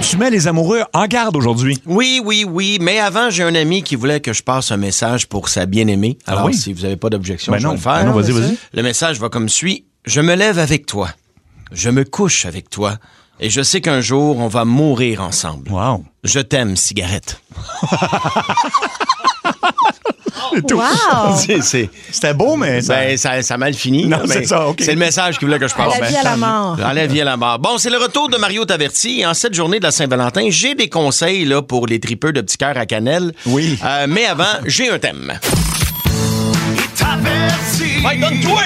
tu mets les amoureux en garde aujourd'hui. Oui, oui, oui. Mais avant, j'ai un ami qui voulait que je passe un message pour sa bien-aimée. Ah Alors, oui? si vous n'avez pas d'objection, Ben je non. vais le faire. Ben non, vas-y, vas-y. Le message va comme suit. Je me lève avec toi. Je me couche avec toi. Et je sais qu'un jour, on va mourir ensemble. Wow. Je t'aime, cigarette. Wow! C'est- c'est- C'était beau, mais ça- ben, ça, ça a mal fini. Non, là, mais c'est ça, ok. C'est le message qu'il voulait que je passe. À la vie, à la mort. Dans la vie à la mort. Bon, c'est le retour de Mario Taverti. Et En cette journée de la Saint-Valentin, j'ai des conseils là, pour les tripeurs de petits cœurs à cannelle. Oui. Euh, mais avant, j'ai un thème. Ouais, donne-toi!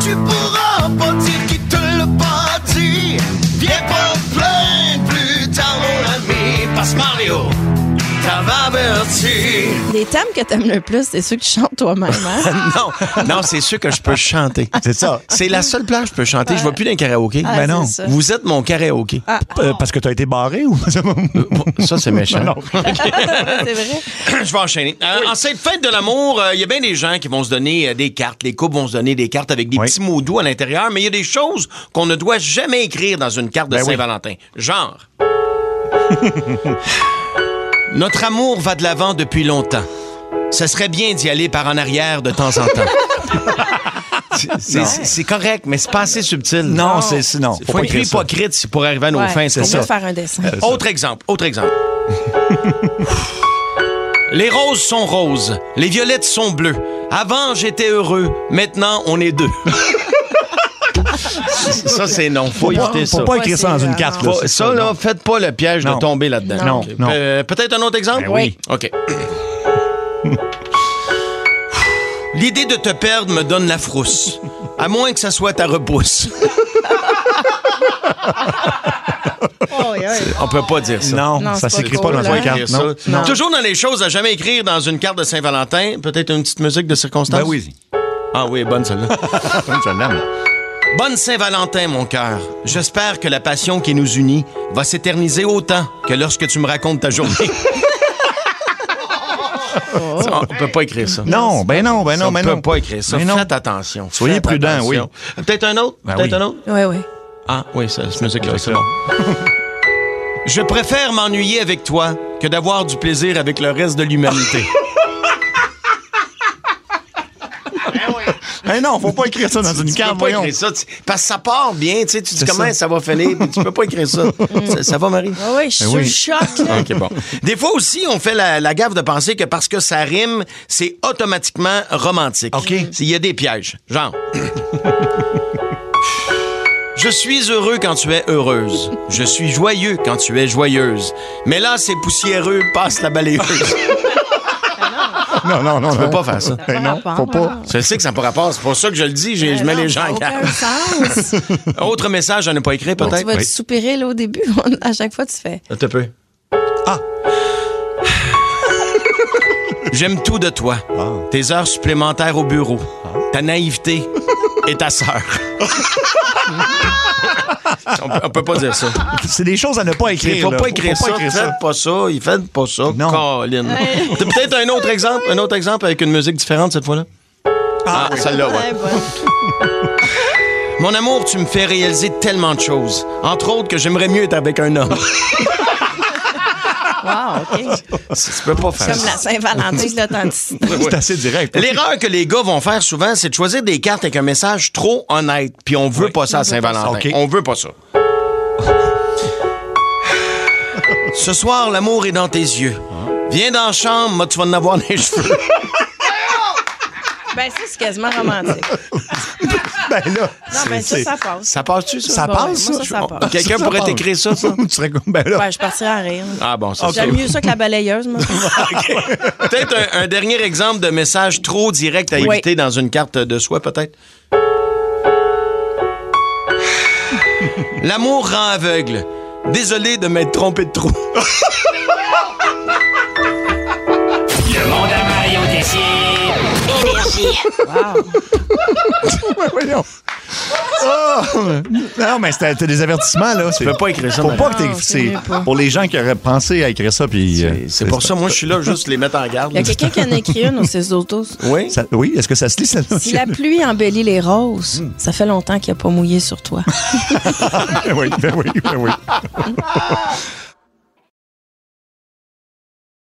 Tu pourras pas dire qui te l'a pas dit. Viens pas te plaindre plus tard, mon ami. Passe Mario, t'avais averti. Les thèmes que t'aimes le plus, c'est ceux que tu chantes toi-même. hein? non, non c'est sûr que je peux chanter. c'est ça. C'est la seule place que je peux chanter. Je ne vais plus d'un karaoké. Ah, Ben non. c'est ça. Ah. Vous êtes mon karaoké. Euh, parce que t'as été barré ou Euh, Ça, c'est méchant. Non, c'est vrai. Je vais enchaîner. Euh, En cette fête de l'amour, euh, il y a bien des gens qui vont se donner euh, des cartes. Les couples vont se donner des cartes avec des Oui. petits mots doux à l'intérieur, mais il y a des choses qu'on ne doit jamais écrire dans une carte de Ben oui. Saint-Valentin. Genre. Notre amour va de l'avant depuis longtemps. Ce serait bien d'y aller par en arrière de temps en temps. C'est- c'est- C'est correct, mais c'est pas assez subtil. non c'est c'est- non. Faut, être écrire ça. hypocrite si pour arriver à nos Ouais, fins, on c'est peut ça. faire un dessin. Autre exemple, autre exemple. les roses sont roses, les violettes sont bleues. Avant, j'étais heureux, maintenant, on est deux. ça, c'est non. Faut, Faut pas, éviter faut ça. pas écrire ça dans Ouais, une c'est carte. vraiment- là, Faut- c'est ça, là, faites pas le piège Non. de tomber là-dedans. Non, Ok. non. Euh, Peut-être un autre exemple? Ben oui. OK. L'idée de te perdre me donne la frousse. À moins que ça soit ta repousse. On peut pas dire ça. Non, Non, ça c'est pas s'écrit drôle, pas dans une hein. carte. Ça. Non. Non. Toujours dans les choses à jamais écrire dans une carte de Saint-Valentin, peut-être une petite musique de circonstance. Ben oui. Ah oui, bonne celle-là. bonne Saint-Valentin, mon cœur. J'espère que la passion qui nous unit va s'éterniser autant que lorsque tu me racontes ta journée. On on peut pas écrire ça. Non, ben non, ben Ça, non, ben on non. peut pas écrire ça. Mais non. Faites attention. Soyez Faites prudent, attention. Peut-être un autre? Ben peut-être oui. un autre? Oui, oui. Ah oui, ça, cette musique-là, c'est bon. Je préfère m'ennuyer avec toi que d'avoir du plaisir avec le reste de l'humanité. Ben non, faut pas écrire ça dans une tu peux carte, pas voyons. écrire ça. tu- Parce que ça part bien, tu sais, tu dis C'est comment ça. ça. va finir, puis tu peux pas écrire ça. ça, ça va, Marie? Ah oui, je suis Eh sous le oui. choc. là. OK, bon. Des fois aussi, on fait la, la gaffe de penser que parce que ça rime, c'est automatiquement romantique. OK. Il y a des pièges. Genre. Je suis heureux quand tu es heureuse. Je suis joyeux quand tu es joyeuse. Mais là, c'est poussiéreux, passe la balayeuse. Non, non, non. Tu peux pas faire ça. Ben non, rapport, faut pas. non. Je sais que ça n'a pas rapport, c'est pour ça que je le dis, j'ai- je mets Non, les gens ça en a garde. aucun sens. Autre message, j'en ai pas écrit Tu peut-être? vas te Oui. soupirer là, au début. à chaque fois, tu fais. Un petit peu. Ah. J'aime tout de toi. Tes heures supplémentaires au bureau. Ta naïveté et ta sœur. on, peut- on peut pas dire ça. C'est des choses à ne pas écrire. Il faut là. pas écrire ça. Faites pas ça. Ils faites pas ça. Non. Colin. T'as peut-être un autre exemple, un autre exemple avec une musique différente cette fois-là. Ah, celle-là, ouais. Ouais, bon. Mon amour, tu me fais réaliser tellement de choses. Entre autres que j'aimerais mieux être avec un homme. Wow, OK. tu peux pas faire Comme la Saint-Valentin, de l'authenticité. C'est assez direct. L'erreur que les gars vont faire souvent, c'est de choisir des cartes avec un message trop honnête. Puis on veut pas ça à Saint-Valentin. Ok. On veut pas ça. Ce soir, l'amour est dans tes yeux. Viens dans la chambre, moi, tu vas en avoir les cheveux. Ben, ça, c'est quasiment romantique. Ben là, Non, c'est- mais ça, c'est- ça passe. Ça passe-tu, ça? Ça Bon, passe, ça? moi, ça, ça passe. Quelqu'un Ça pourrait passe. t'écrire ça, ça? Tu serais comme, ben là. Ouais, je partirais à rire. Ah bon, ça. J'aime mieux ça que la balayeuse, moi. Peut-être un, un dernier exemple de message trop direct à Oui. éviter dans une carte de soi, peut-être? L'amour rend aveugle. Désolé de m'être trompé de trop. Le monde à Mario décide. Énergie. Wow. Ouais, voyons. Oh! Non, mais c'était c'était des avertissements, là. Tu peux pas écrire ça, Faut madame. pas que t'éc- Non, c'est- c'est mieux pas. Pour les gens qui auraient pensé à écrire ça, puis. euh, C'est pour ça, moi, je suis là juste les mettre en garde. Il y a quelqu'un qui en a écrit une ou ses autos. Oui? ça- oui, est-ce que ça se lit, ça? Si la pluie embellit les roses, ça fait longtemps qu'il n'a pas mouillé sur toi. Ben oui, ben oui, ben oui.